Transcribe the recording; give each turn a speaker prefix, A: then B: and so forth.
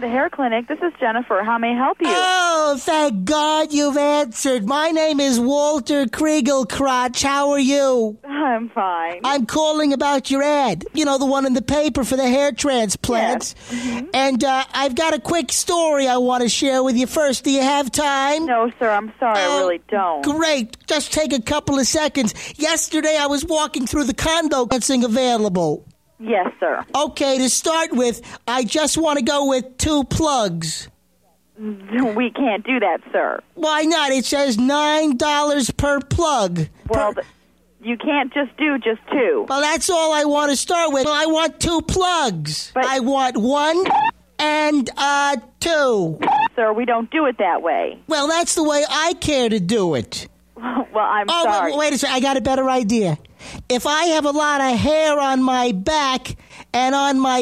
A: the hair clinic. This is Jennifer. How may I help you?
B: Oh, thank God you've answered. My name is Walter Kriegelkrotch. How are you?
A: I'm fine.
B: I'm calling about your ad. You know, the one in the paper for the hair transplant.
A: Mm-hmm.
B: And uh, I've got a quick story I want to share with you first. Do you have time?
A: no, sir. I'm sorry. I
B: Oh,
A: really don't.
B: Great. Just take a couple of seconds. Yesterday, I was walking through the condo that's available.
A: yes, sir.
B: Okay, to start with, I just want to go with two plugs.
A: We can't do that, sir.
B: Why not? It says nine dollars per plug.
A: Well,
B: Per-
A: th- you can't just do just two.
B: well, that's all I want to start with. I want two plugs.
A: But-
B: I want one and uh two.
A: sir, we don't do it that way.
B: Well, that's the way I care to do it.
A: well, I'm
B: Oh, wait-
A: sorry.
B: wait, a second. I got a better idea. If I have a lot of hair on my back and on my